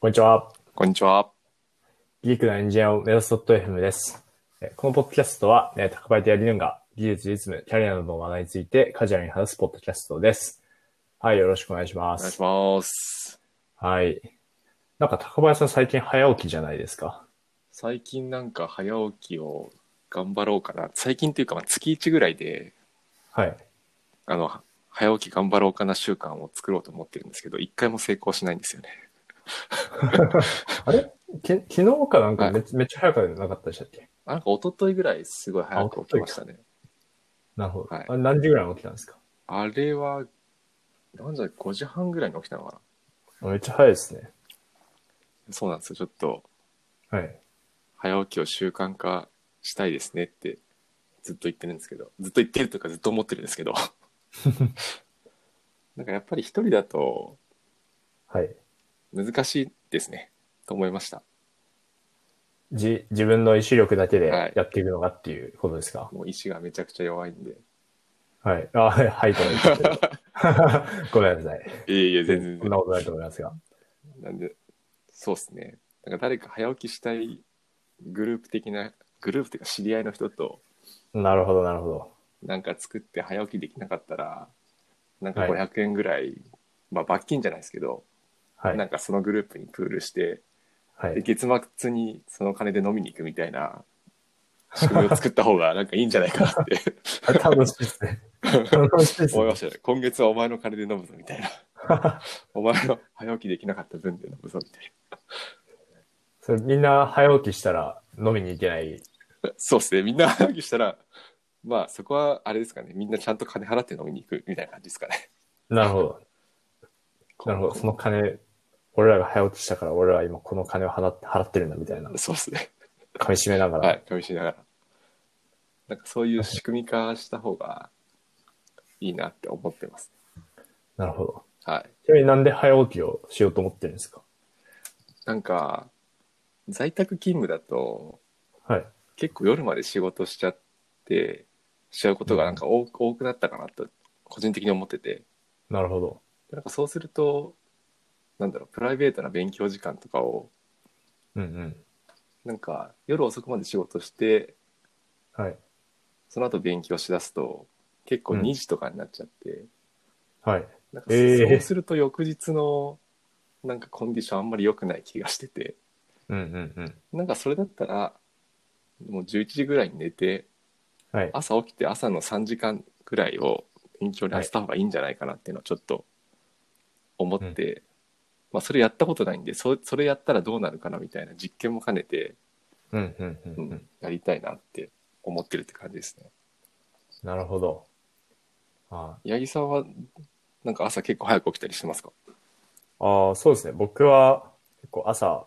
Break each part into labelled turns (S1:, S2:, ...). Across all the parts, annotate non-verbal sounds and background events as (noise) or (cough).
S1: こんにちは。
S2: こんにちは。
S1: ギークなエンジニアを目指す .fm です。えこのポッドキャストは、えー高林やリヌンが技術、リズム、キャリアなどの話題についてカジュアルに話すポッドキャストです。はい、よろしくお願いしま
S2: お願いし
S1: す。
S2: ます。
S1: はい。なんか高林さん最近早起きじゃないですか。
S2: 最近なんか早起きを頑張ろうかな。最近というか、まあ、月1ぐらいで、
S1: はい。
S2: あの、早起き頑張ろうかな習慣を作ろうと思ってるんですけど、一回も成功しないんですよね。
S1: あれき昨日かなんか
S2: はい
S1: め,、めっちゃ早くなかったでしたっけ
S2: なんか一昨日ぐらいすごい早く起きましたね。
S1: なるほど。
S2: はい
S1: あ何時ぐらいに起きたんですか
S2: あれは、なんじゃ、5時半ぐらいに起きたのかな。
S1: あめっちゃ早いですね。
S2: そうなんですよ。ちょっと、
S1: はい。
S2: 早起きを習慣化したいですねって、ずっと言ってるんですけど、ずっと言ってるというかずっと思ってる
S1: (laughs)
S2: んですけど。なんかやっぱり一人だと、
S1: はい。
S2: 難しいですねと思いました
S1: じ、自分の意志力だけで
S2: はい
S1: やっていくのがっていうことですか
S2: もう意志がめちゃくちゃ弱いんで
S1: はい。あ、はい、はい、とは言ってない
S2: (laughs)
S1: ごめんなさい。
S2: いえいえ全
S1: そん
S2: 然
S1: なことないと思いますが。
S2: なんでそうっすねなんか誰か早起きしたいグループ的なグループっていうか知り合いの人と
S1: なるほど、なるほど。
S2: なんか作って早起きできなかったらなんか
S1: はい
S2: 500円ぐらい、まあ罰金じゃないですけど、
S1: はい。
S2: なんかそのグループにプールして、
S1: は
S2: で
S1: い。
S2: 月末にその金で飲みに行くみたいな仕組みを作った方がなんかいいんじゃないかなって
S1: あれ楽しいです
S2: (laughs)
S1: ね。楽しいです
S2: 思い
S1: ね
S2: ま。したね今月はお前の金で飲むぞみたいなお前の早起きできなかった分で飲むぞみたい
S1: それみんな早起きしたら飲みに行けない。
S2: な。そうですね。みんな早起きしたら、まあそこはあれですかね。みんなちゃんと金払って飲みに行くみたいな感じですかね。 (laughs)
S1: なるほど。なるほど。その金、俺らが早起きしたから俺らは今この金を払って払ってるんだみたいな。
S2: そうですね。
S1: 噛み締めながら。
S2: はい。かみしながら。なんかそういう仕組み化した方がいいなって思ってます。
S1: なるほど。
S2: はい。
S1: ちなみになんで早起きをしようと思ってるんですか
S2: なんか、在宅勤務だと
S1: はい。
S2: 結構夜まで仕事しちゃって、しちゃうことがなんか多,、多くなったかなと個人的に思ってて。
S1: なるほど。
S2: なんかそうすると、なんだろう、プライベートな勉強時間とかを、
S1: うんうん。
S2: なんか夜遅くまで仕事して、
S1: はい。
S2: その後勉強しだすと、結構
S1: うん
S2: 2時とかになっちゃって、
S1: はい。
S2: なんかそ,、
S1: ええ
S2: うすると翌日の、なんかコンディションあんまり良くない気がしてて、
S1: うんうんうん。
S2: なんかそれだったら、もう11時ぐらいに寝て、
S1: はい。
S2: 朝起きて朝の3時間ぐらいを勉強に当てた方がいいんじゃないかなっていうのをちょっと思って、まあそれやったことないんでそそれやったらどうなるかなみたいな実験も兼ねて、
S1: うんうんうん
S2: う
S1: うん。
S2: ん、やりたいなって思ってるって感じですね
S1: なるほど。あ
S2: 八木さんはなんか朝結構早く起きたりしてますか
S1: ああ、そうですね。僕は結構朝、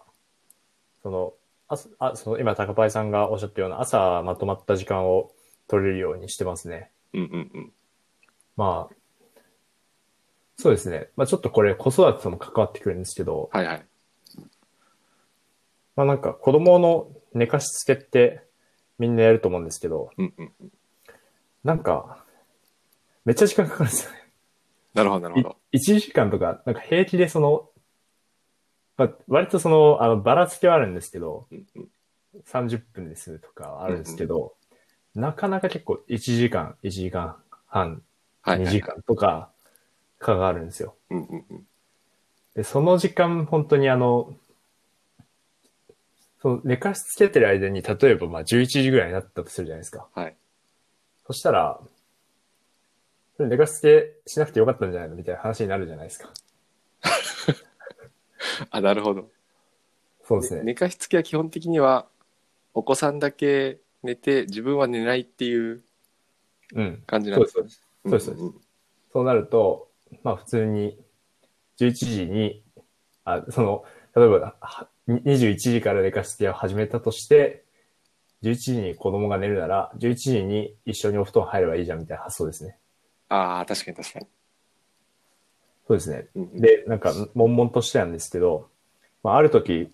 S1: その、ああその今、高パイさんがおっしゃったような朝まとまった時間を取れるようにしてますね。
S2: うんうんうん
S1: まあ、そうですね。まあちょっとこれ子育てとも関わってくるんですけど、
S2: はいはい
S1: まあなんか子供の寝かしつけってみんなやると思うんですけど、
S2: うんうんうん
S1: なんか、めっちゃ時間かかるんですよね (laughs)
S2: なるほどなるほど
S1: い1時間とか、なんか平気でその、まあ、割とその、あの、ばらつきはあるんですけど、
S2: うんうん
S1: 30分にするとかはあるんですけど、なかなか結構1時間、1時間半、
S2: はい
S1: 2
S2: は
S1: 時
S2: い
S1: 間とか、かがあるんですよ。
S2: うんうんうん
S1: で、その時間、本当にあの、その寝かしつけてる間に、例えばまあ11時ぐらいになったとするじゃないですか。
S2: はい
S1: そしたら、それ寝かしつけしなくてよかったんじゃないのみたいな話になるじゃないですか。
S2: あなるほど
S1: そうですね。
S2: 寝かしつけは基本的にはお子さんだけ寝て自分は寝ないっていう
S1: うん。
S2: 感じな
S1: そ
S2: ん
S1: う
S2: で
S1: ですす。そうですそうですそうです
S2: んんん
S1: そうなると、まあ普通に、11時に、あ、その、例えば、は21時から寝かしつけを始めたとして、11時に子供が寝るなら、11時に一緒にお布団入ればいいじゃんみたいな発想ですね。
S2: ああ、確かに確かに。
S1: そうですね。
S2: うんうん、
S1: で、なんか、悶々としてなんですけど、まあある時、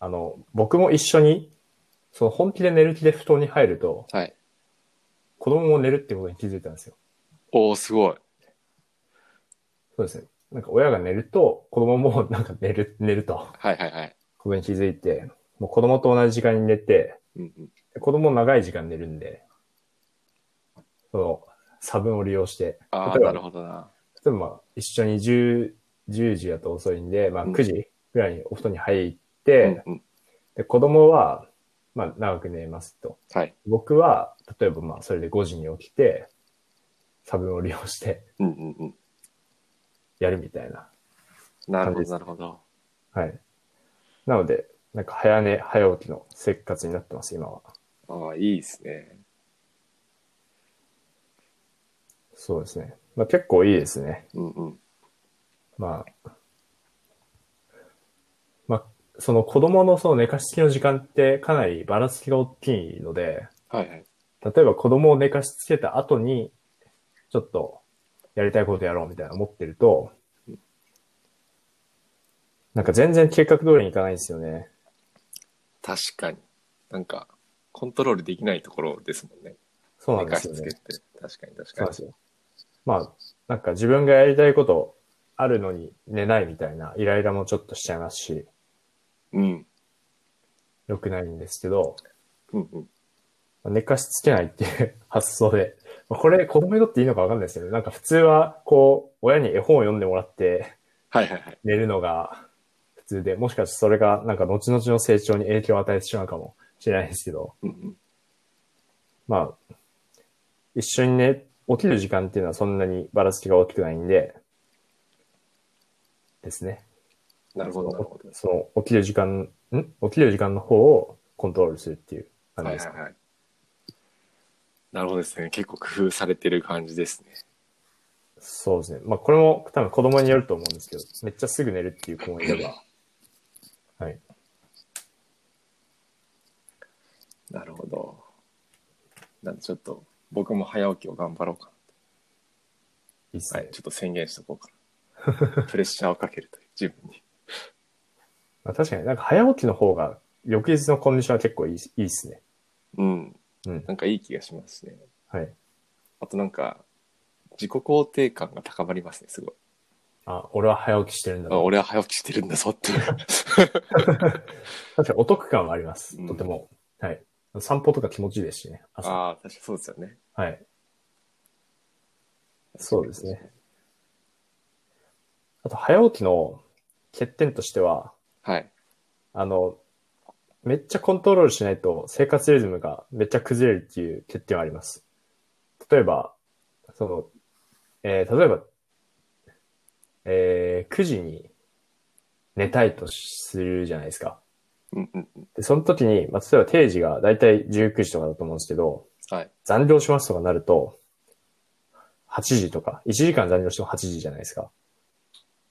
S1: あの、僕も一緒に、その本気で寝る気で布団に入ると、
S2: はい。
S1: 子供も寝るってことに気づいたんですよ。
S2: おお、すごい。
S1: そうですね。なんか親が寝ると、子供もなんか寝る、寝ると、
S2: はいはいはい。
S1: ことに気づいて、もう子供と同じ時間に寝て、
S2: うんうん。
S1: で子供長い時間寝るんで、その、差分を利用して、
S2: ああ、
S1: 例えば
S2: なるほどな。
S1: 例えばまあ一緒に10、10時だと遅いんで、まあ
S2: うん
S1: 9時ぐらいにお布団に入っ
S2: う
S1: て、
S2: んうん。
S1: で、子供は、まあ長く寝ますと。
S2: はい。
S1: 僕は、例えばまあ、それで5時に起きて、差分を利用して (laughs)
S2: うんうんうん。
S1: やるみたいな。
S2: なる
S1: 感
S2: ほ
S1: じで
S2: ど、
S1: す
S2: なるほど。
S1: はい。なので、なんか早寝、早起きの生活になってます、今は。
S2: ああ、いいですね。
S1: そうですね。まあ結構いいですね。
S2: うんうん。
S1: まあ。まあ、その子供のその寝かしつきの時間ってかなりばらつきが大きいので、
S2: はいはい。
S1: 例えば子供を寝かしつけた後に、ちょっとやりたいことやろうみたいな思ってると、なんか全然計画通りにいかないんですよね。
S2: 確かに。なんか、コントロールできないところですもんね。
S1: そうな
S2: 寝
S1: んで
S2: か
S1: す
S2: し
S1: よ
S2: つ
S1: ね
S2: けっ。て。確かに確
S1: そう
S2: か
S1: なん
S2: に
S1: です。よ。まあ、なんか自分がやりたいことあるのに寝ないみたいなイライラもちょっとしちゃいますし、
S2: うん。
S1: 良くないんですけど、
S2: うんうん。
S1: 寝かしつけないっていう発想で、 (laughs) まあこれ子供にとっていいのかわかんないですよね。なんか普通はこう、親に絵本を読んでもらって、
S2: はいはいはい。
S1: 寝るのが普通で、もしかしてそれがなんか後々の成長に影響を与えてしまうかもしれないですけど、
S2: うんうん。
S1: まあ、一緒にね、起きる時間っていうのはそんなにばらつきが大きくないんで、ですね。
S2: なるほど、なるほど。
S1: その起きる時間、ん起きる時間の方をコントロールするっていう感じ
S2: はい
S1: です
S2: は
S1: か。
S2: いはい。なるほどですね。結構工夫されてる感じですね。
S1: そうですね。まあこれも多分子供によると思うんですけど、めっちゃすぐ寝るっていう子もいれば、 (laughs) はい。
S2: なるほど。なんでちょっと、僕も早起きを頑張ろうか
S1: いいっす
S2: な。
S1: ね。
S2: はい。ちょっと宣言しとこう
S1: (laughs)
S2: かな。プレッシャーをかけるという、自分に。
S1: まあ、確かになんか早起きの方が翌日のコンディションは結構いいいいっすね。
S2: うん。
S1: うん。
S2: なんかいい気がしますね。
S1: はい。
S2: あとなんか、自己肯定感が高まりますね、すごい。
S1: あ、俺は早起きしてるんだ
S2: あ
S1: な。
S2: 俺は早起きしてるんだ
S1: (laughs)
S2: ぞっていう。
S1: 確かにお得感はあります
S2: う。ん
S1: とても。はい。散歩とか気持ちいいですしね。朝。
S2: ああ、確かにそうですよね。
S1: はい。そうですね。あと、早起きの欠点としては、
S2: はい。
S1: あの、めっちゃコントロールしないと生活リズムがめっちゃ崩れるっていう欠点はあります。例えば、その、えー例えば、えー9時に寝たいとするじゃないですか。
S2: うんうんうん。
S1: で、その時に、まあ、例えば定時がだいたい19時とかだと思うんですけど、
S2: はい。
S1: 残業しますとかなると、8時とか、1時間残業しても8時じゃないですか。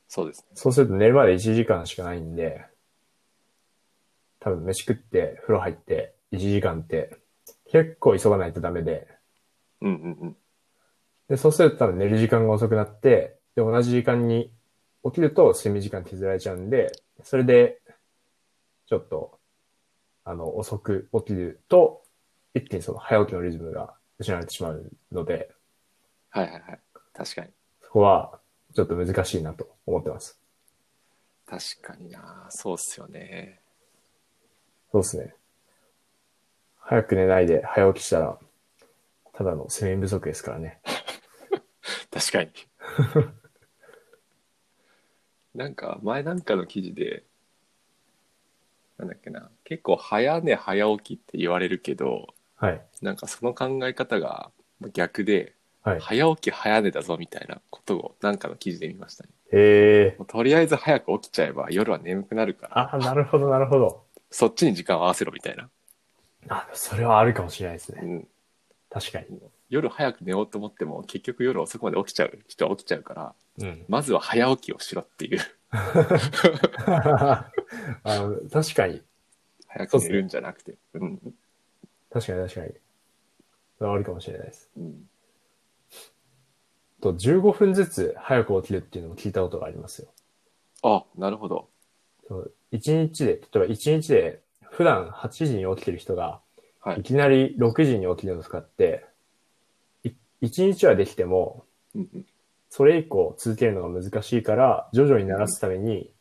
S2: そうですね。
S1: そうすると寝るまで1時間しかないんで、多分飯食って、風呂入って、1時間って、結構急がないとダメで、
S2: うんうんうん。
S1: で、そうすると多分寝る時間が遅くなって、で、同じ時間に起きると睡眠時間削られちゃうんで、それで、ちょっと、あの、遅く起きると、一気にその早起きのリズムが失われてしまうので、
S2: はいはいはい。確かに。
S1: そこは、ちょっと難しいなと思ってます。
S2: 確かになそうっすよね。
S1: そうですね。早く寝ないで早起きしたら、ただの睡眠不足ですからね。
S2: 確かに。なんか、前なんかの記事で、なんだっけな、結構早寝早起きって言われるけど、
S1: はい。
S2: なんかその考え方が逆で、
S1: はい。
S2: 早起き早寝だぞみたいなことをなんかの記事で見ましたね。
S1: へえ。
S2: もうとりあえず早く起きちゃえば夜は眠くなるから、
S1: あ、なるほど、なるほど。
S2: そっちに時間を合わせろみたいな。
S1: あ、それはあるかもしれないです
S2: う
S1: ね。
S2: ん、
S1: 確かに。
S2: 夜早く寝ようと思っても結局夜遅くまで起きちゃう人は起きちゃうから、
S1: うん。 (laughs)
S2: まずは早起きをしろっていう。
S1: あの確かに。
S2: 早く寝るんじゃなくて。うん。
S1: 確かに確かに。それはあるかもしれないです。
S2: うん。
S1: と、15分ずつ早く起きるっていうのも聞いたことがありますよ。
S2: あ、なるほど。
S1: その1日で、例えば1日で普段8時に起きてる人が、
S2: はいい。
S1: きなり6時に起きるのとかって、い1日はできても、
S2: うんうん、
S1: それ以降続けるのが難しいから、徐々に慣らすために、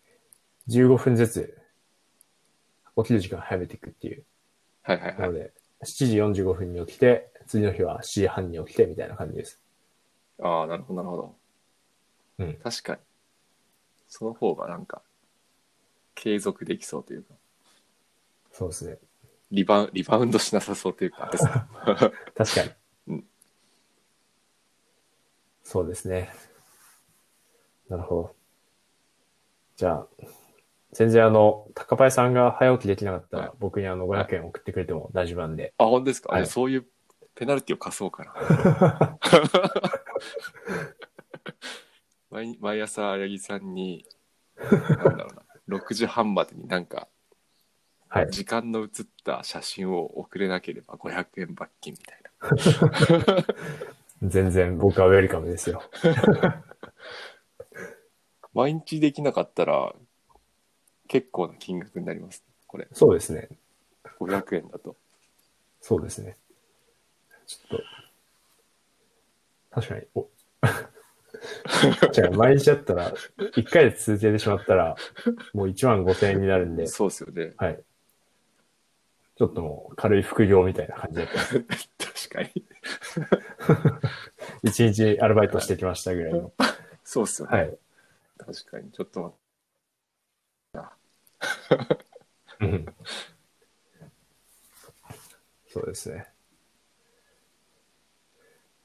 S1: 15分ずつ、起きる時間を早めていくっていう。
S2: はいはい
S1: な
S2: はい
S1: の。で、7時45分に起きて、次の日は7時半に起きて、みたいな感じです。
S2: ああ、なるほど、なるほど。
S1: うん
S2: 確かに。その方がなんか、継続できそうというか、
S1: そうですね。
S2: リバウリバウンドしなさそうというか、です (laughs) ね
S1: 確かに。
S2: うん
S1: そうですね。なるほど。じゃあ、全然あの、高林さんが早起きできなかった
S2: は
S1: ら、僕にあの、500円送ってくれても大丈夫なんで。
S2: あ、本当ですか、
S1: はい
S2: あじゃあそういうペナルティを課そうかな。 (laughs) 毎毎朝、八木さんに、なんだろうな、6時半までになんか、
S1: はい。
S2: 時間の写った写真を送れなければ500円罰金みたいな。
S1: 全然僕はウェルカムですよ。
S2: 毎日できなかったら、結構な金額になります、これ。
S1: そうですね。
S2: 500円だと。
S1: そうですね。ちょっと、確かに、 (laughs) お、じゃあ毎日だったら、1回で続けてしまったら、もう1万5千円になるんで、
S2: そうですよね。
S1: はい。ちょっともう軽い副業みたいな感じだった。
S2: 確かに。
S1: 一日アルバイトしてきましたぐらいの。
S2: そうっすよね。
S1: はい。
S2: 確かに。ちょっと待って
S1: うんそうですね。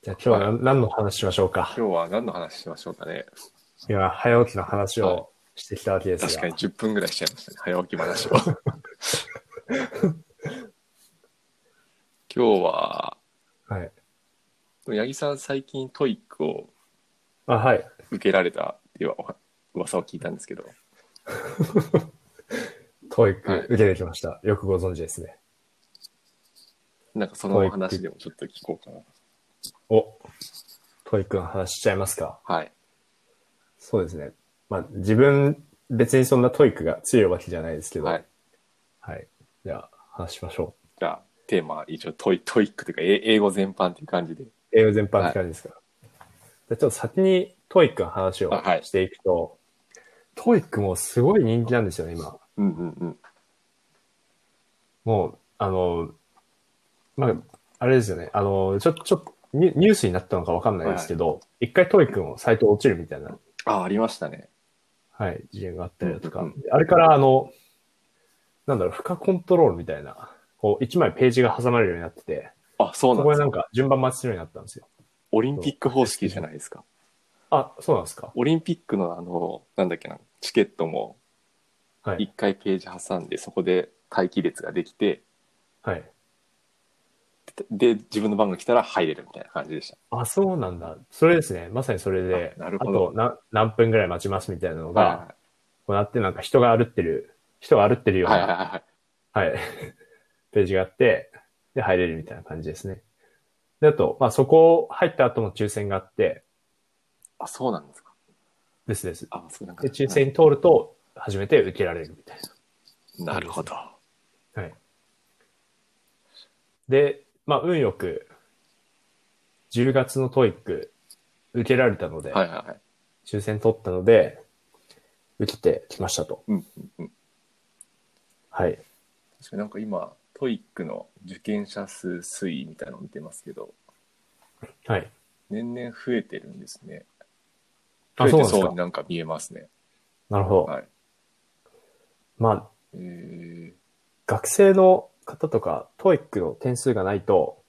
S1: じゃあ今日は何何の話しましょうか。
S2: 今日は何の話しましょうかね。
S1: いや、早起きの話
S2: はい
S1: をしてきたわけですが。
S2: 確かに10分ぐらいしちゃいましたね。早起き話を。
S1: (laughs)
S2: 今日は、
S1: はい。
S2: 八木さん最近トイックを
S1: あ、はい。
S2: 受けられたっていうお噂を聞いたんですけど、
S1: トイッ
S2: はい
S1: ク受けてきました。よくご存知ですね。
S2: なんかそのお話でもちょっと聞こうかな。
S1: お、トイックの話しちゃいますか。
S2: はい。
S1: そうですね。まあ、自分、別にそんなトイックが強いわけじゃないですけど。
S2: はい。。
S1: はい。じゃあ、話しましょ
S2: じゃあ、テーマは一応トイトイックというか、え英語全般っていう感じで。
S1: う。英語全般って感じですから。じゃあちょっと先にトイックの話を
S2: あはい
S1: していくと、トイックもすごい人気なんですよね、今。
S2: うんうんうん。
S1: もう、あの、まあ、あれですよね。あの、ちょ、ちょ、ニュニュースになったのかわかんないですけど、一、回トイックのサイト落ちるみたいな、
S2: あ、ありましたね。
S1: はい、事件があったりだとか、
S2: うんうん
S1: あれからあの、なんだろう、負荷コントロールみたいな、こう、一枚ページが挟まれるようになってて、
S2: あ、そう
S1: そ
S2: な
S1: こ
S2: ん
S1: で
S2: で
S1: すな
S2: か。
S1: んか順番待ちするようになったんですよ。
S2: オリンピック方式じゃないですか。
S1: あ、そうなんですか
S2: オリンピックのあの、なんだっけな、チケットも
S1: はい。
S2: 一回ページ挟んで、そこで待機列ができて、
S1: はい。
S2: で、自分の番が来たら入れるみたいな感じでした。
S1: あ、そうなんだ。それですね。まさにそれで、
S2: あなるほど
S1: あとな何分ぐらい待ちますみたいなのが、
S2: は
S1: こうなってなんか人が歩ってる、人が歩ってる
S2: い
S1: よう
S2: は、
S1: ない
S2: はいはい。
S1: はい。 (laughs) ページがあって、で、入れるみたいな感じですね。で、あと、まあ、そこ入った後も抽選があって、
S2: あ、そうなんですか。
S1: ですです。
S2: あ、そうなんか。
S1: で、抽選に通ると、初めて受けられるみたい
S2: なるほど。
S1: な。はい。で、まあ、運よく、10月のトイック、受けられたので、
S2: はいはいはい。
S1: 抽選取ったので、受けてきましたと。
S2: うんうんうん。
S1: はい。
S2: 確かになんか今、トイックの受験者数推移みたいなの見てますけど、
S1: はい。
S2: 年々増えてるんですね。増
S1: あ、
S2: え
S1: そうなん
S2: て
S1: です
S2: そう
S1: か
S2: に。なんか見えますね。
S1: なるほど。
S2: はい。
S1: まあ、
S2: えー、
S1: 学生の方とか、トイックの点数がないと、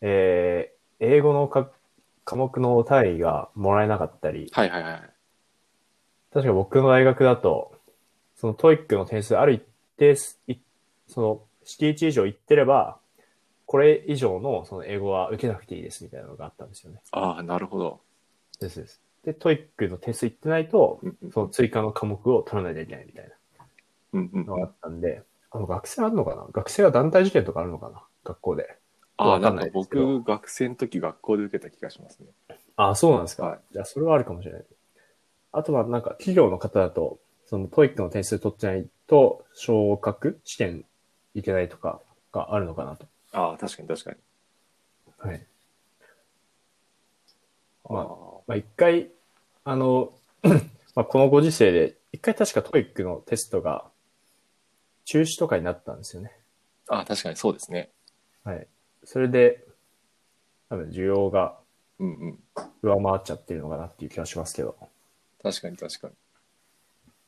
S1: えー、英語のか科目の単位がもらえなかったり、
S2: はいはいはい。
S1: 確か僕の大学だと、そのトイックの点数ある一定す、いその、敷地以上行ってれば、これ以上のその英語は受けなくていいですみたいなのがあったんですよね。
S2: ああ、なるほど。
S1: ですです。で、トイックの点数行ってないと、
S2: うんうん
S1: その追加の科目を取らないといけないみたい
S2: うんうん
S1: なのがあったんで、あの学生あるのかな学生は団体受験とかあるのかな学校で。
S2: ああ、
S1: わ
S2: な
S1: か
S2: ん
S1: ん
S2: か
S1: ないですけど
S2: 僕、学生の時学校で受けた気がしますね。
S1: あ、そうなんですか。
S2: はい
S1: じゃあ、それはあるかもしれない。あとは、なんか、企業の方だと、その、トイックの点数取ってないと、昇格試験いけないとかがあるのかなと。
S2: ああ、確かに確かに。
S1: はい。
S2: あ
S1: まあ
S2: あ
S1: まあ、一回、あの、 (coughs) まあ、このご時世で、一回確かトイックのテストが中止とかになったんですよね。
S2: あ、確かにそうですね。
S1: はい。それで、多分需要が
S2: うんうん。
S1: 上回っちゃってるのかなっていう気がしますけど。
S2: 確かに確かに。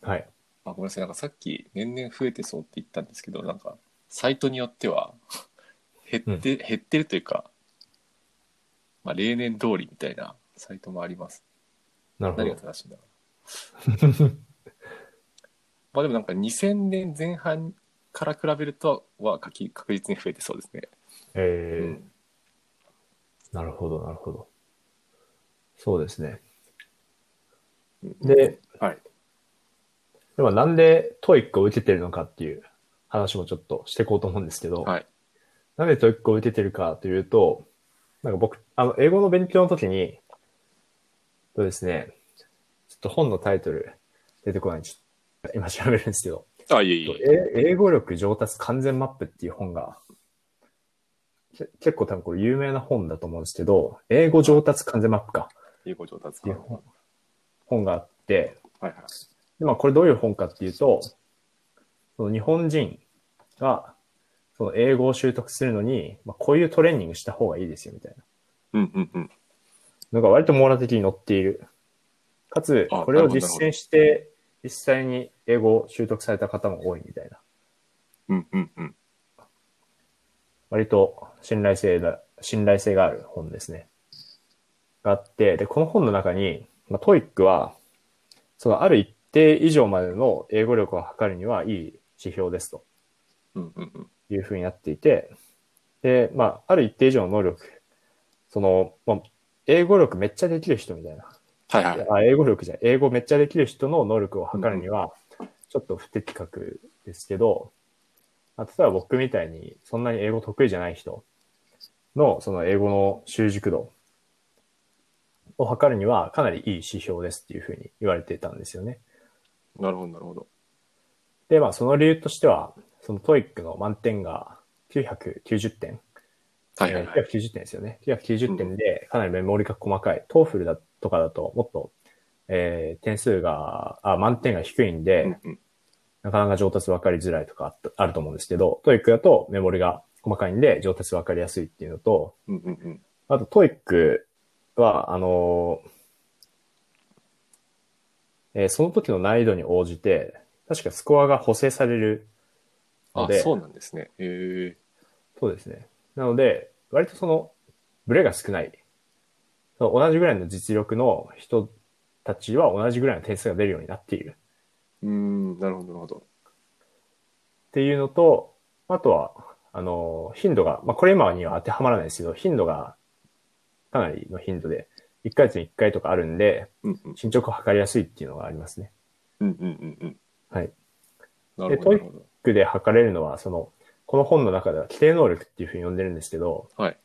S1: はい。
S2: あ、ごめんなさい。なんかさっき年々増えてそうって言ったんですけど、なんか、サイトによっては (laughs) 減って、減ってるというか、まあ例年通りみたいなサイトもあります。
S1: なるほ
S2: 何が
S1: ど。
S2: 正しいんだろう。 (laughs) まあでもなんか2000年前半から比べるとは確実確実に増えてそうですね。
S1: え
S2: う
S1: ー
S2: ん
S1: なるほど、なるほど。そうですね。
S2: うん
S1: で、
S2: はい。
S1: でもなんでトイックを受けてるのかっていう話もちょっとしていこうと思うんですけど、
S2: はい。
S1: なんでトイックを受けてるかというと、なんか僕、あの、英語の勉強の時に、そうですね、ちょっと本のタイトル出てこないんで、ちょっと今調べるんですけど、
S2: あ、いえ
S1: え
S2: いえ。
S1: 英語力上達完全マップっていう本が、け結構多分これ有名な本だと思うんですけど、英語上達完全マップか。
S2: 英語上達
S1: って
S2: か。
S1: い
S2: は
S1: う
S2: い
S1: 本本があって、
S2: はい。
S1: でまあ、これどういう本かっていうと、その日本人がその英語を習得するのに、まあ、こういうトレーニングした方がいいですよみたいな
S2: うんうんうん。
S1: のが割と網羅的に載っている。かつ、
S2: あ
S1: これを
S2: なるほど
S1: 実践して、実際に英語を習得された方も多いみたいな。
S2: うんうんうん。
S1: 割と信頼性だ、信頼性がある本ですね。があって、で、この本の中に、まあ、トイックは、そのある一定以上までの英語力を測るにはいい指標ですと
S2: うんうんうん。
S1: いうふうになっていて、で、まあ、ある一定以上の能力、その、まあ、英語力めっちゃできる人みたいな。
S2: はいは
S1: あ
S2: い。
S1: 英語力じゃない、英語めっちゃできる人の能力を測るには、ちょっと不適格ですけど、まあ例えば僕みたいに、そんなに英語得意じゃない人の、その英語の習熟度を測るには、かなりいい指標ですっていうふうに言われてたんですよね。
S2: なるほどなるほど。
S1: で、まあ、その理由としては、そのトイックの満点が990点。
S2: はいはいはい。
S1: 990点ですよね。990点で、かなりメモリが細かい。トーフルだとかだと、もっと、えー、点数が、あ、満点が低いんで、
S2: うんうん。
S1: なかなか上達分かりづらいとかあったあると思うんですけど、トイックだとメモリが細かいんで、上達分かりやすいっていうのと、
S2: うんうんうん。
S1: あとトイックは、あのーえーその時の難易度に応じて、確かスコアが補正される
S2: あ
S1: の、で、
S2: そうなんですね。へえ。
S1: そうですね。なので、割とその、ブレが少ない。その同じぐらいの実力の人たちは同じぐらいの点数が出るようになっている。
S2: うーん、なるほどなるほど。
S1: っていうのと、あとは、あの、頻度が、まあ、これ今には当てはまらないですけど、頻度がかなりの頻度で、1ヶ月に1回とかあるんで、
S2: うんうん。
S1: 進捗を測りやすいっていうのがありますね。
S2: うんうんうんうん。
S1: はい。
S2: なるほどなるほど。
S1: ックで測れるのは、その、この本の中では規定能力っていうふうに呼んでるんですけど、
S2: はい。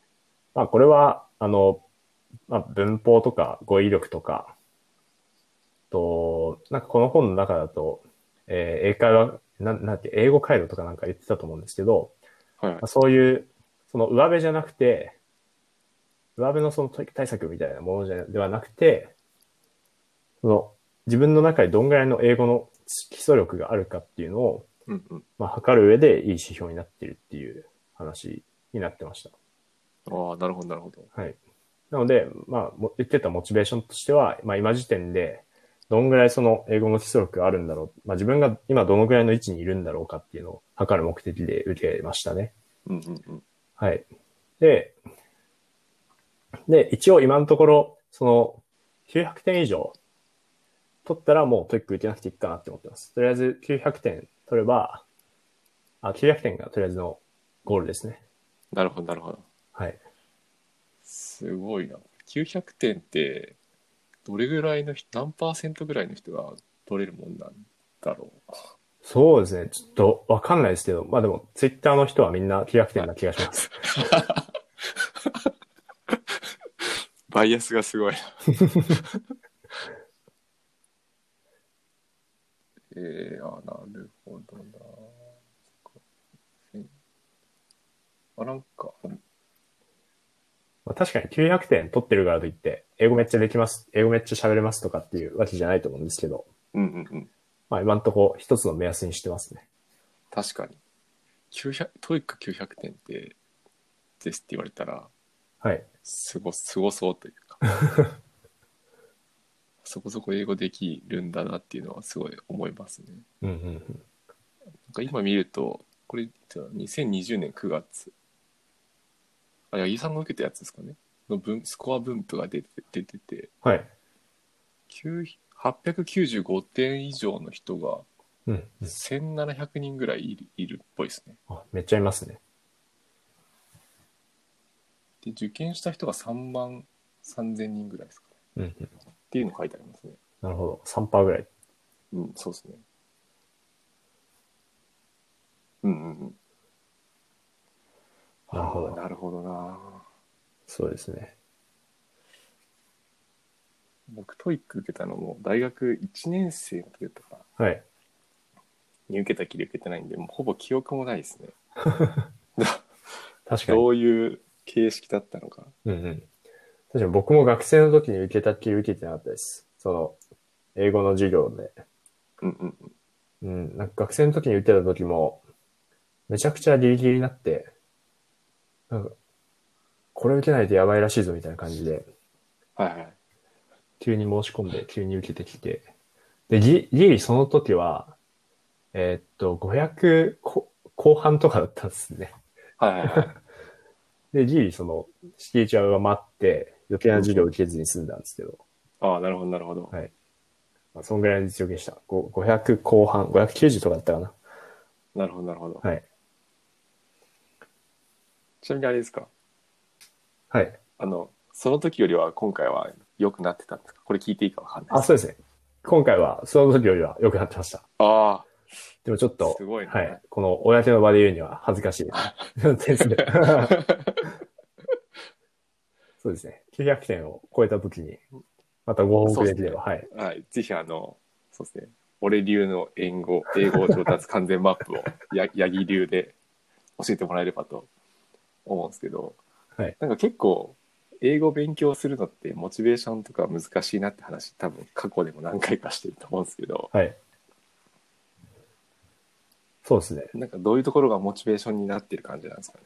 S1: まあ、これは、あの、まあ、文法とか語彙力とか、と、なんかこの本の中だと、えー英会話、なん、なんて、英語回路とかなんか言ってたと思うんですけど、
S2: はいはい
S1: まあ、。そういう、その上辺じゃなくて、上辺のその対策みたいなものじゃではなくて、その自分の中にどんぐらいの英語の基礎力があるかっていうのを、
S2: うんうん。
S1: まあ、測る上でいい指標になってるっていう話になってました。
S2: ああ、なるほどなるほど。
S1: はい。なので、まあ、も言ってたモチベーションとしては、まあ、今時点で、どんぐらいその英語の基礎力があるんだろう。まあ、自分が今どのぐらいの位置にいるんだろうかっていうのを測る目的で受けましたね。
S2: うんうんうん。
S1: はい。で、で、一応今のところ、その、900点以上取ったらもうトイック受けなくていいかなって思ってます。とりあえず900点取れば、あ、900点がとりあえずのゴールですね。
S2: なるほどなるほど。
S1: はい。
S2: すごいな。900点って、どれぐらいの人、何パーセントぐらいの人が取れるもんなんだろう。
S1: そうですね。ちょっとわかんないですけど、まあでも、ツイッターの人はみんな900点な気がします。
S2: バイアスがすごいな。 (laughs) えー、あ、なるほどな。あ、なんか、
S1: まあ、確かに900点取ってるからといって、英語めっちゃできます、英語めっちゃ喋れますとかっていうわけじゃないと思うんですけど、
S2: うんうんうん。
S1: まあ今んとこ一つの目安にしてますね。
S2: 確かに。900、トイック900点って、ですって言われたら、
S1: はい。
S2: すご、すごそうという (laughs) か。そこそこ英語できるんだなっていうのはすごい思いますね。
S1: うんうんうん。
S2: なんか今見ると、これ、2020年9月。あ、八木さんが受けたやつですかね。の分スコア分布が出て出てて、
S1: はい。
S2: 9 895点以上の人が
S1: うん、うん。
S2: 1700人ぐらいいるいるっぽいですね。
S1: あ、めっちゃいますね。
S2: で、受験した人が3万3000人ぐらいですかね。
S1: うん、うん。
S2: っていうの書いてありますね。
S1: なるほど。3%ぐらい。
S2: うん、そうですね。うんうんうん。
S1: なるほど
S2: あーなるほどな。
S1: そうですね。
S2: 僕、トイック受けたのも、大学1年生の時だったかな。
S1: はい。
S2: に受けたきり受けてないんで、もうほぼ記憶もないですね。
S1: 確かに
S2: ど。ういう形式だったのか。
S1: うんうん。確かに僕も学生の時に受けたっきり受けてなかったです。その、英語の授業で。
S2: うんうんうん。
S1: うん、なんか学生の時に受けた時も、めちゃくちゃギリギリになって、なんか、これ受けないとやばいらしいぞみたいな感じで、
S2: はいはい。
S1: 急に申し込んで、急に受けてきて。で、ギギリその時は、えーっと、500こ後半とかだったんですね。
S2: はいはいはい。
S1: で、ギリその、敷地は上回って、余計な授業を受けずに済んだんですけど、
S2: あ
S1: (laughs)
S2: あ、なるほどなるほど。
S1: はいまあ、そんぐらいの実力でした。ご500後半、590とかだったかな。
S2: なるほどなるほど。
S1: はい。
S2: ちなみにあれですか
S1: はい。
S2: あの、その時よりは今回は良くなってたんですかこれ聞いていいかわかんない
S1: あ、
S2: です。
S1: そうですね。今回は、その時よりは良くなってました。
S2: ああ、
S1: でもちょっと、
S2: すごいね
S1: はい。この、公の場で言うには恥ずかしい。
S2: (laughs)
S1: ですねそうですね。900点を超えた時に、またご報告できれば、はい。
S2: はい、ぜひあの、そうですね、俺流の英語、英語上達完全マップを、 (laughs) や、ヤギ流で教えてもらえればと思うんですけど、
S1: はい
S2: なんか結構、英語勉強するのってモチベーションとか難しいなって話、多分過去でも何回かしてると思うんですけど、
S1: はい。そうですね。
S2: なんかどういうところがモチベーションになってる感じなんですかね。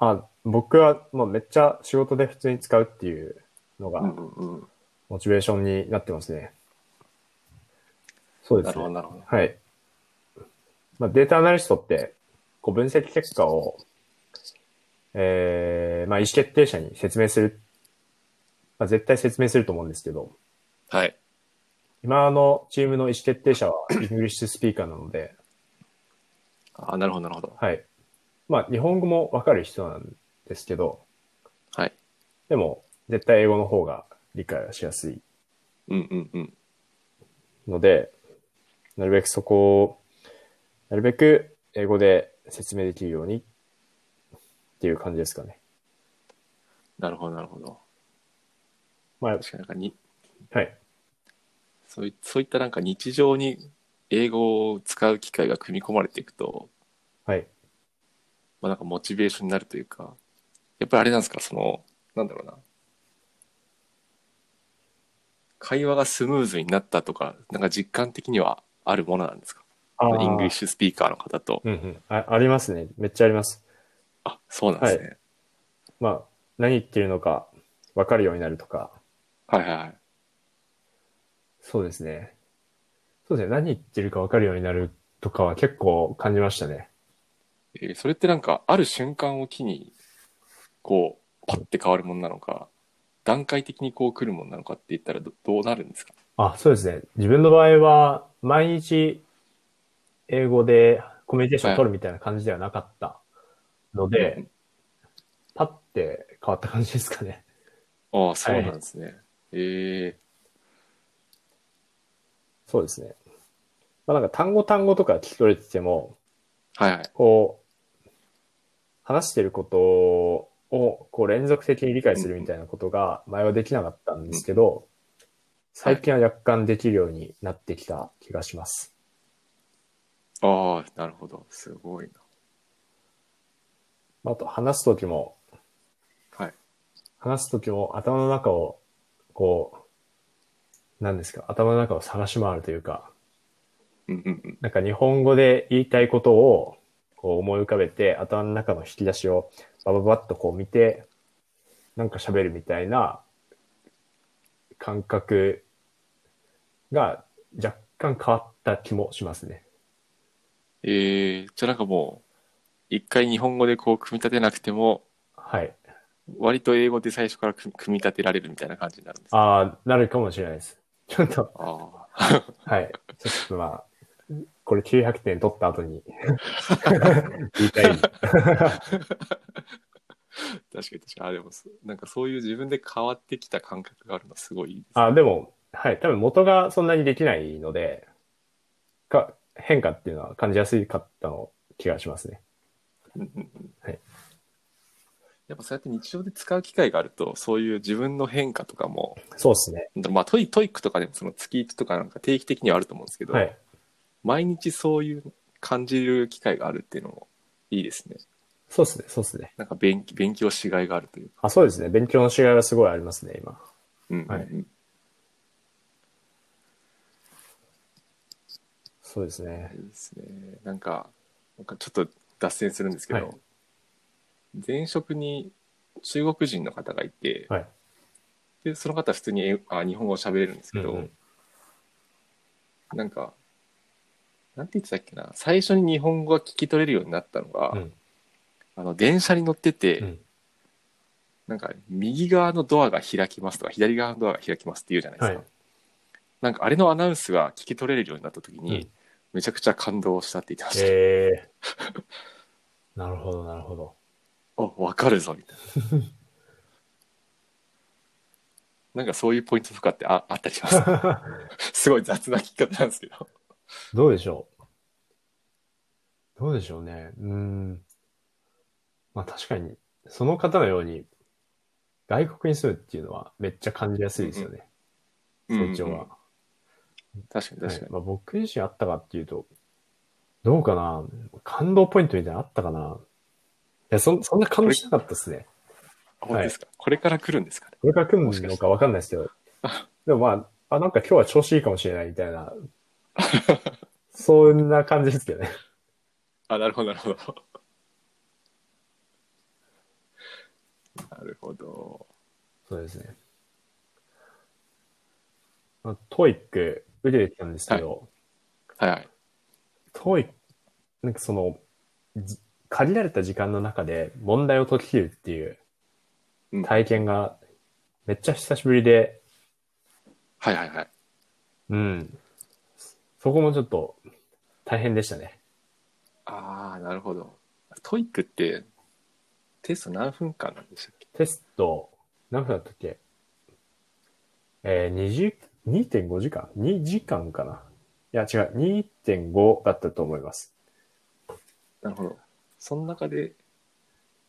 S1: あ、僕は、まあ、めっちゃ仕事で普通に使うっていうのが
S2: う、んうんうん。
S1: モチベーションになってますね。そうで
S2: な
S1: す
S2: るほ
S1: ね。
S2: ど、なるほど。
S1: はい。まあ、データアナリストって、こう分析結果を、えー、まあ、意思決定者に説明する。まあ、絶対説明すると思うんですけど、
S2: はい。
S1: 今のチームの意思決定者は (coughs) イングリッシュスピーカーなので、
S2: ああ、なるほど、なるほど。
S1: はい。まあ、日本語もわかる人なんですけど、
S2: はい。
S1: でも、絶対英語の方が理解はしやすい
S2: うんうんうん。
S1: ので、なるべくそこを、なるべく英語で説明できるようにっていう感じですかね。
S2: なるほど、なるほど。
S1: まあ、
S2: 確かになんかに
S1: はい。
S2: そうい、そういったなんか日常に英語を使う機会が組み込まれていくと、
S1: はい。
S2: まあ、なんかモチベーションになるというか、やっぱりあれなんですか、その、なんだろうな。会話がスムーズになったとか、なんか実感的にはあるものなんですか
S1: あ
S2: イングリッシュスピーカーの方と。
S1: うんうんあ。ありますね。めっちゃあります。
S2: あ、そうなんですね。
S1: まあ、何言ってるのか分かるようになるとか、
S2: はい、はい、はい。
S1: そうですね。そうですね。何言ってるか分かるようになるとかは結構感じましたね。
S2: えーそれってなんか、ある瞬間を機に、こう、パッて変わるものなのか、段階的にこう来るものなのかって言ったらどどうなるんですか
S1: あ、そうですね。自分の場合は、毎日英語でコミュニケーションを取るみたいな感じではなかったので、
S2: うん
S1: パッて変わった感じですかね。
S2: ああ、そうなんですね。え
S1: そうですね。まあなんか単語単語とか聞き取れてても、
S2: えはいはい。
S1: こう、話してることをこう連続的に理解するみたいなことが前はできなかったんですけど、最近は若干できるようになってきた気がします。
S2: ああ、なるほど。すごいな。
S1: まああと話すときも、
S2: はい。
S1: 話すときも頭の中を、こう、何ですか、頭の中を探し回るというか、
S2: うんうんうん。
S1: なんか日本語で言いたいことをこう思い浮かべて、頭の中の引き出しをバババッとこう見て、なんか喋るみたいな感覚が若干変わった気もしますね。
S2: えー、じゃあなんかもう、一回日本語でこう組み立てなくても、
S1: はい。
S2: 割と英語で最初から組み組み立てられるみたいな感じになるんですか
S1: ああ、なるかもしれないです。ちょっと、
S2: ああ。
S1: はい。ちょっとまあ、これ900点取った後に言いたい。
S2: 確かに確かに。あ、でもそ、なんかそういう自分で変わってきた感覚があるのすごいいいですね。
S1: あ、でも、はい。多分元がそんなにできないので、か、変化っていうのは感じやすかったの気がしますね。
S2: うんうんうん
S1: はい
S2: やっぱそうやって日常で使う機会があると、そういう自分の変化とかも、
S1: そうですね。
S2: まあトイトイックとかでもその月1とかなんか定期的にはあると思うんですけど、
S1: はい。
S2: 毎日そういう感じる機会があるっていうのもいいですね。
S1: そうですね。そうですね。
S2: なんか勉勉強しがいがあるというか。
S1: あ、そうですね。勉強の違いはすごいありますね、今。
S2: うんうんうん
S1: はいそうですね
S2: い。いですね。なんか、なんかちょっと脱線するんですけど、
S1: はい
S2: 前職に中国人の方がいて、
S1: はい
S2: でその方は普通に英語あ日本語を喋れるんですけど、
S1: うんうん
S2: なんか、なんて言ってたっけな、最初に日本語が聞き取れるようになったのが、
S1: うん
S2: あの電車に乗ってて、
S1: うん
S2: なんか右側のドアが開きますとか、左側のドアが開きますって言うじゃないですか。
S1: はい
S2: なんかあれのアナウンスが聞き取れるようになった時に、
S1: うん
S2: めちゃくちゃ感動したって言ってま (laughs) した。
S1: ええー。なるほど、なるほど。
S2: あ、わかるぞ、みたい
S1: (laughs)
S2: な。なんかそういうポイントとかってああったりします。
S1: (laughs)
S2: すごい雑な聞き方なんですけど。
S1: どうでしょうどうでしょうね。うーん。まあ確かに、その方のように、外国に住むっていうのはめっちゃ感じやすいですよね、成長
S2: うんうんう
S1: は
S2: ん。確かに確か
S1: はい
S2: に。
S1: まあ、僕自身あったかっていうと、どうかな感動ポイントみたいなのあったかないや、そん、そんな感動しなかったですね。
S2: あ本当ですか、これから来るんですかね。
S1: これから来るのかわかんないですけ
S2: (laughs)
S1: ど。でもまあ、あ、なんか今日は調子いいかもしれないみたいな。そんな感じですけどね。
S2: あ、なるほど、なるほど。なるほど。
S1: そうですね。まあ、トイック、腕できたんですけど、
S2: はいはい。
S1: トイック、なんかその、じ限られた時間の中で問題を解き切るっていう
S2: うん
S1: 体験がめっちゃ久しぶりで、
S2: はいはいはい。
S1: うん。そこもちょっと大変でしたね。
S2: ああ、なるほど。トイックって、テスト何分間なんでしたっけ
S1: テスト、何分だったっけえー、20 2.5時間 ?2 時間かないや違う、2.5だったと思います。
S2: なるほど。その中で、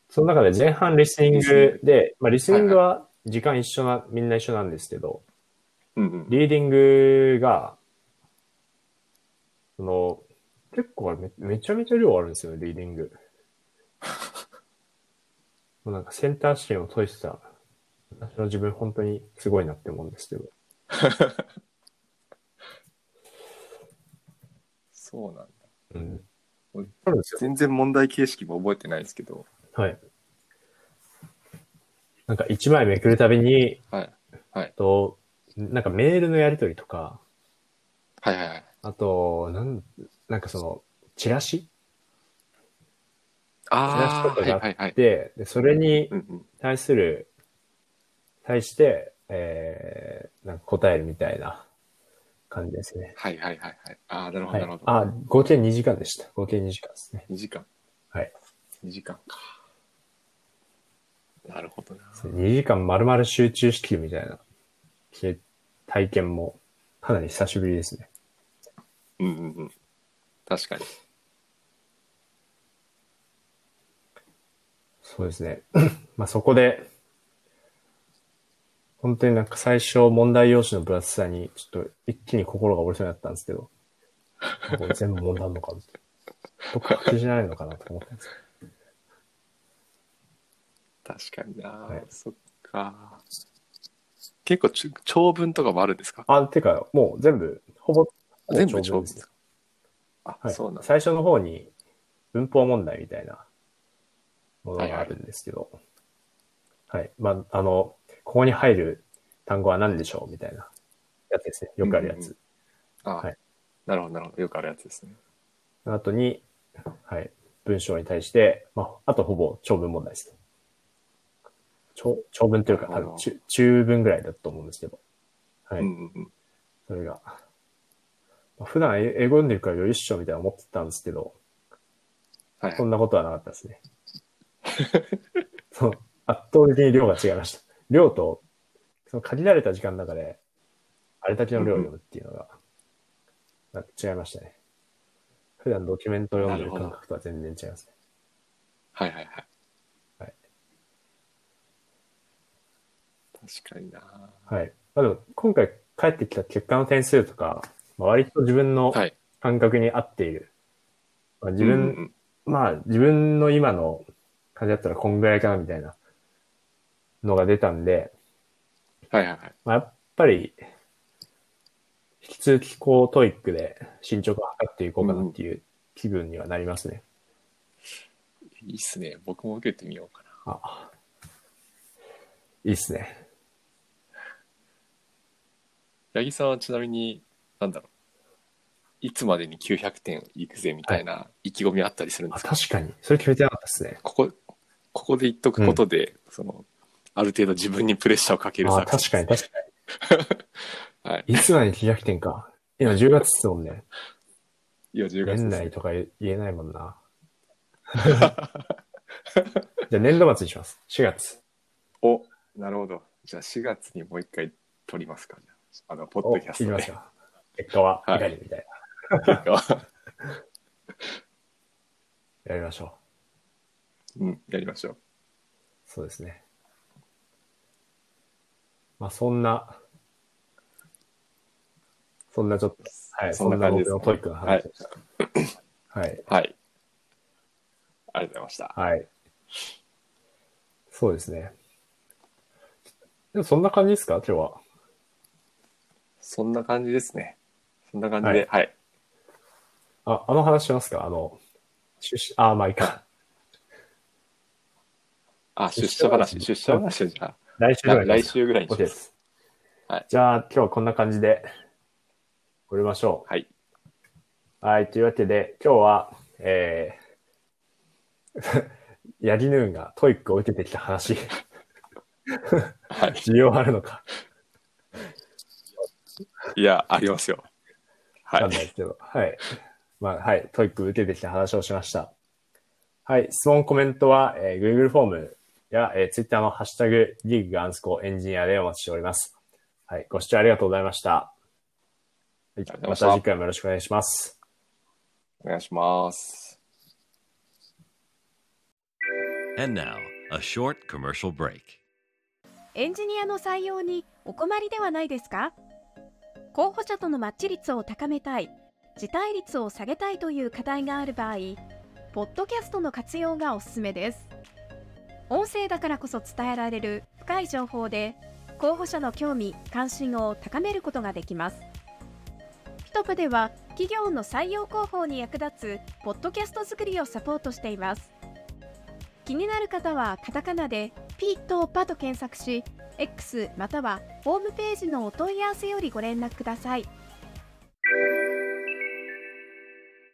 S1: その中で前半リスニングで、まあ、リスニングは時間一緒な、みんな一緒なんですけど、
S2: うんうん。
S1: リーディングが、その、結構あれめめちゃめちゃ量あるんですよね、リーディング。もうなんかセンター試験を解いてた、私の自分本当にすごいなって思うんですけど。
S2: そうなんだ。
S1: うん
S2: うん。
S1: あるんですよ。
S2: 全然問題形式も覚えてないですけど、
S1: はい。なんか一枚めくるたびに、
S2: はい。
S1: と、なんかメールのやりとりとか、
S2: はいはいはい。
S1: あと、なん、なんかその、チラシ
S2: ああ、
S1: 照ら
S2: は
S1: す
S2: い
S1: ことがあっ
S2: はいはい。
S1: で、でそれに
S2: うんうん。
S1: 対する、対して、えー、なんか答えるみたいな感じですね。
S2: はいはいはいはい。ああ、なるほ
S1: は
S2: ど
S1: い
S2: なるほ。ど。
S1: あ、合計2時間でした。合計2時間ですね。
S2: 2時間。
S1: はい。
S2: 2時間か。なるほどな。
S1: そう2時間丸々集中しきるみたいな、け体験もかなり久しぶりですね。
S2: うんうんうん。確かに。
S1: そうですね。 (coughs) まあそこで、本当になんか最初問題用紙の分厚さに、ちょっと一気に心が折れそうになったんですけど、これ全部問題あんのかなって。
S2: (laughs)
S1: どっか書きじゃないのかなと思ったんですけど
S2: 確かにな、
S1: はい
S2: そっか。結構ちょ長文とかもあるんですか
S1: あ、てか、もう全部、ほぼ、
S2: 全部長文です
S1: す
S2: かあ、
S1: はい、
S2: そうなんだ。
S1: 最初の方に文法問題みたいなものがあるんですけど、はい、まあ、あの、ここに入る単語は何でしょうみたいなやつですね。よくあるや
S2: うんうん
S1: つ。
S2: あ、
S1: はい
S2: なるほど、なるほど。よくあるやつですね。
S1: あ後に、はい、文章に対して、まあ、あとほぼ長文問題ですね。長長文というか、
S2: な
S1: 多
S2: るほど
S1: 分中中文ぐらいだと思うんですけど、はい、
S2: うんうんうん。
S1: それが。まあ普段英英語読んでるからより一緒みたいな思ってたんですけど、
S2: はいはい
S1: そんなことはなかったですね。そう圧倒的に量が違いました。量と、その限られた時間の中で、あれだけの量を読むっていうのが、なんか違いましたね。普段ドキュメントを読んでる感覚とは全然違いますね。
S2: はいはいはい。
S1: はい
S2: 確かにな。
S1: はい。まあでも、今回帰ってきた結果の点数とか、まあ、割と自分の
S2: はい。
S1: 感覚に合っている。まあ、自
S2: うん
S1: 分、
S2: うん
S1: まあ、自分の今の感じだったらこんぐらいかなみたいなのが出たんで、
S2: はいはいはい。
S1: まあ、やっぱり、引き続きこうトイックで進捗を図っていこうかなっていう気分にはなりますね。
S2: いいっすね。僕も受けてみようかな。
S1: あいいっすね。
S2: 八木さんはちなみに、なんだろう。いつまでに900点いくぜみたいな意気込みあったりするんで
S1: あ
S2: すか、
S1: 確かに。それ決めてなかったっすね。
S2: ここ、ここで言っとくことで、その、ある程度自分にプレッシャーをかける
S1: あ
S2: 作
S1: 確
S2: 戦
S1: かに確か
S2: に。はい。
S1: に。いつまでに900点か。今10月っすもんね。
S2: いや、10月
S1: 年
S2: です
S1: 内とか言えないもんな。じゃあ年度末にします。4月。
S2: お、なるほど。じゃあ4月にもう一回撮りますか、じゃああの、ポッ
S1: お
S2: ド
S1: い
S2: キ
S1: き
S2: ャ
S1: ま
S2: ス
S1: す
S2: トで。
S1: か。結果は、い
S2: はい
S1: かにみたいな。やりましょう。
S2: (laughs) うん、やりましょう。
S1: そうですね。まあ、そんな、そんなちょっと、はい、そ
S2: そんなん
S1: な
S2: 感じで
S1: 僕
S2: す
S1: のトイックの話でした。はい、
S2: はい。ありがとうございました。
S1: はい。そうですね。でも、そんな感じですか今日は。
S2: そんな感じですね。そんな感じで、は
S1: はいい。あ、あの話しますかあの、出社、あ、まあいいか。
S2: あ、出社話、出社話をじゃ
S1: 来週
S2: あ、
S1: ぐらい
S2: 来週ぐらいにし
S1: OK
S2: ま。
S1: ですす。
S2: はい
S1: じゃあ、今日はこんな感じで、終わりましょう。
S2: はい。
S1: はい、というわけで、今日は、えー、 (laughs) ヤギヌーンがトイックを受けてきた話、 (laughs)
S2: はい。
S1: 需要あるのか
S2: いや、ありますよ。は
S1: わか
S2: い
S1: ん。ないですけど、はい。まあ、はい、トイック受けてきた話をしました。はい、質問、コメントは、えー Google フォームや、えー Twitter のハッシュタグ、ギーグアンスコエンジニアでお待ちしております。はい、ご視聴ありがとうございました。はい
S2: がとうございま
S1: ま
S2: した
S1: た次回もよろしくお願いします。
S2: お願いします。
S3: And now, a short commercial break.
S4: エンジニアの採用にお困りではないですか候補者とのマッチ率を高めたい、辞退率を下げたいという課題がある場合、ポッドキャストの活用がおすすめです。音声だからこそ伝えられる深い情報で、候補者の興味・関心を高めることができます。ピトプでは企業の採用広報に役立つポッドキャスト作りをサポートしています。気になる方はカタカナでピーとパと検索し、X またはホームページのお問い合わせよりご連絡ください。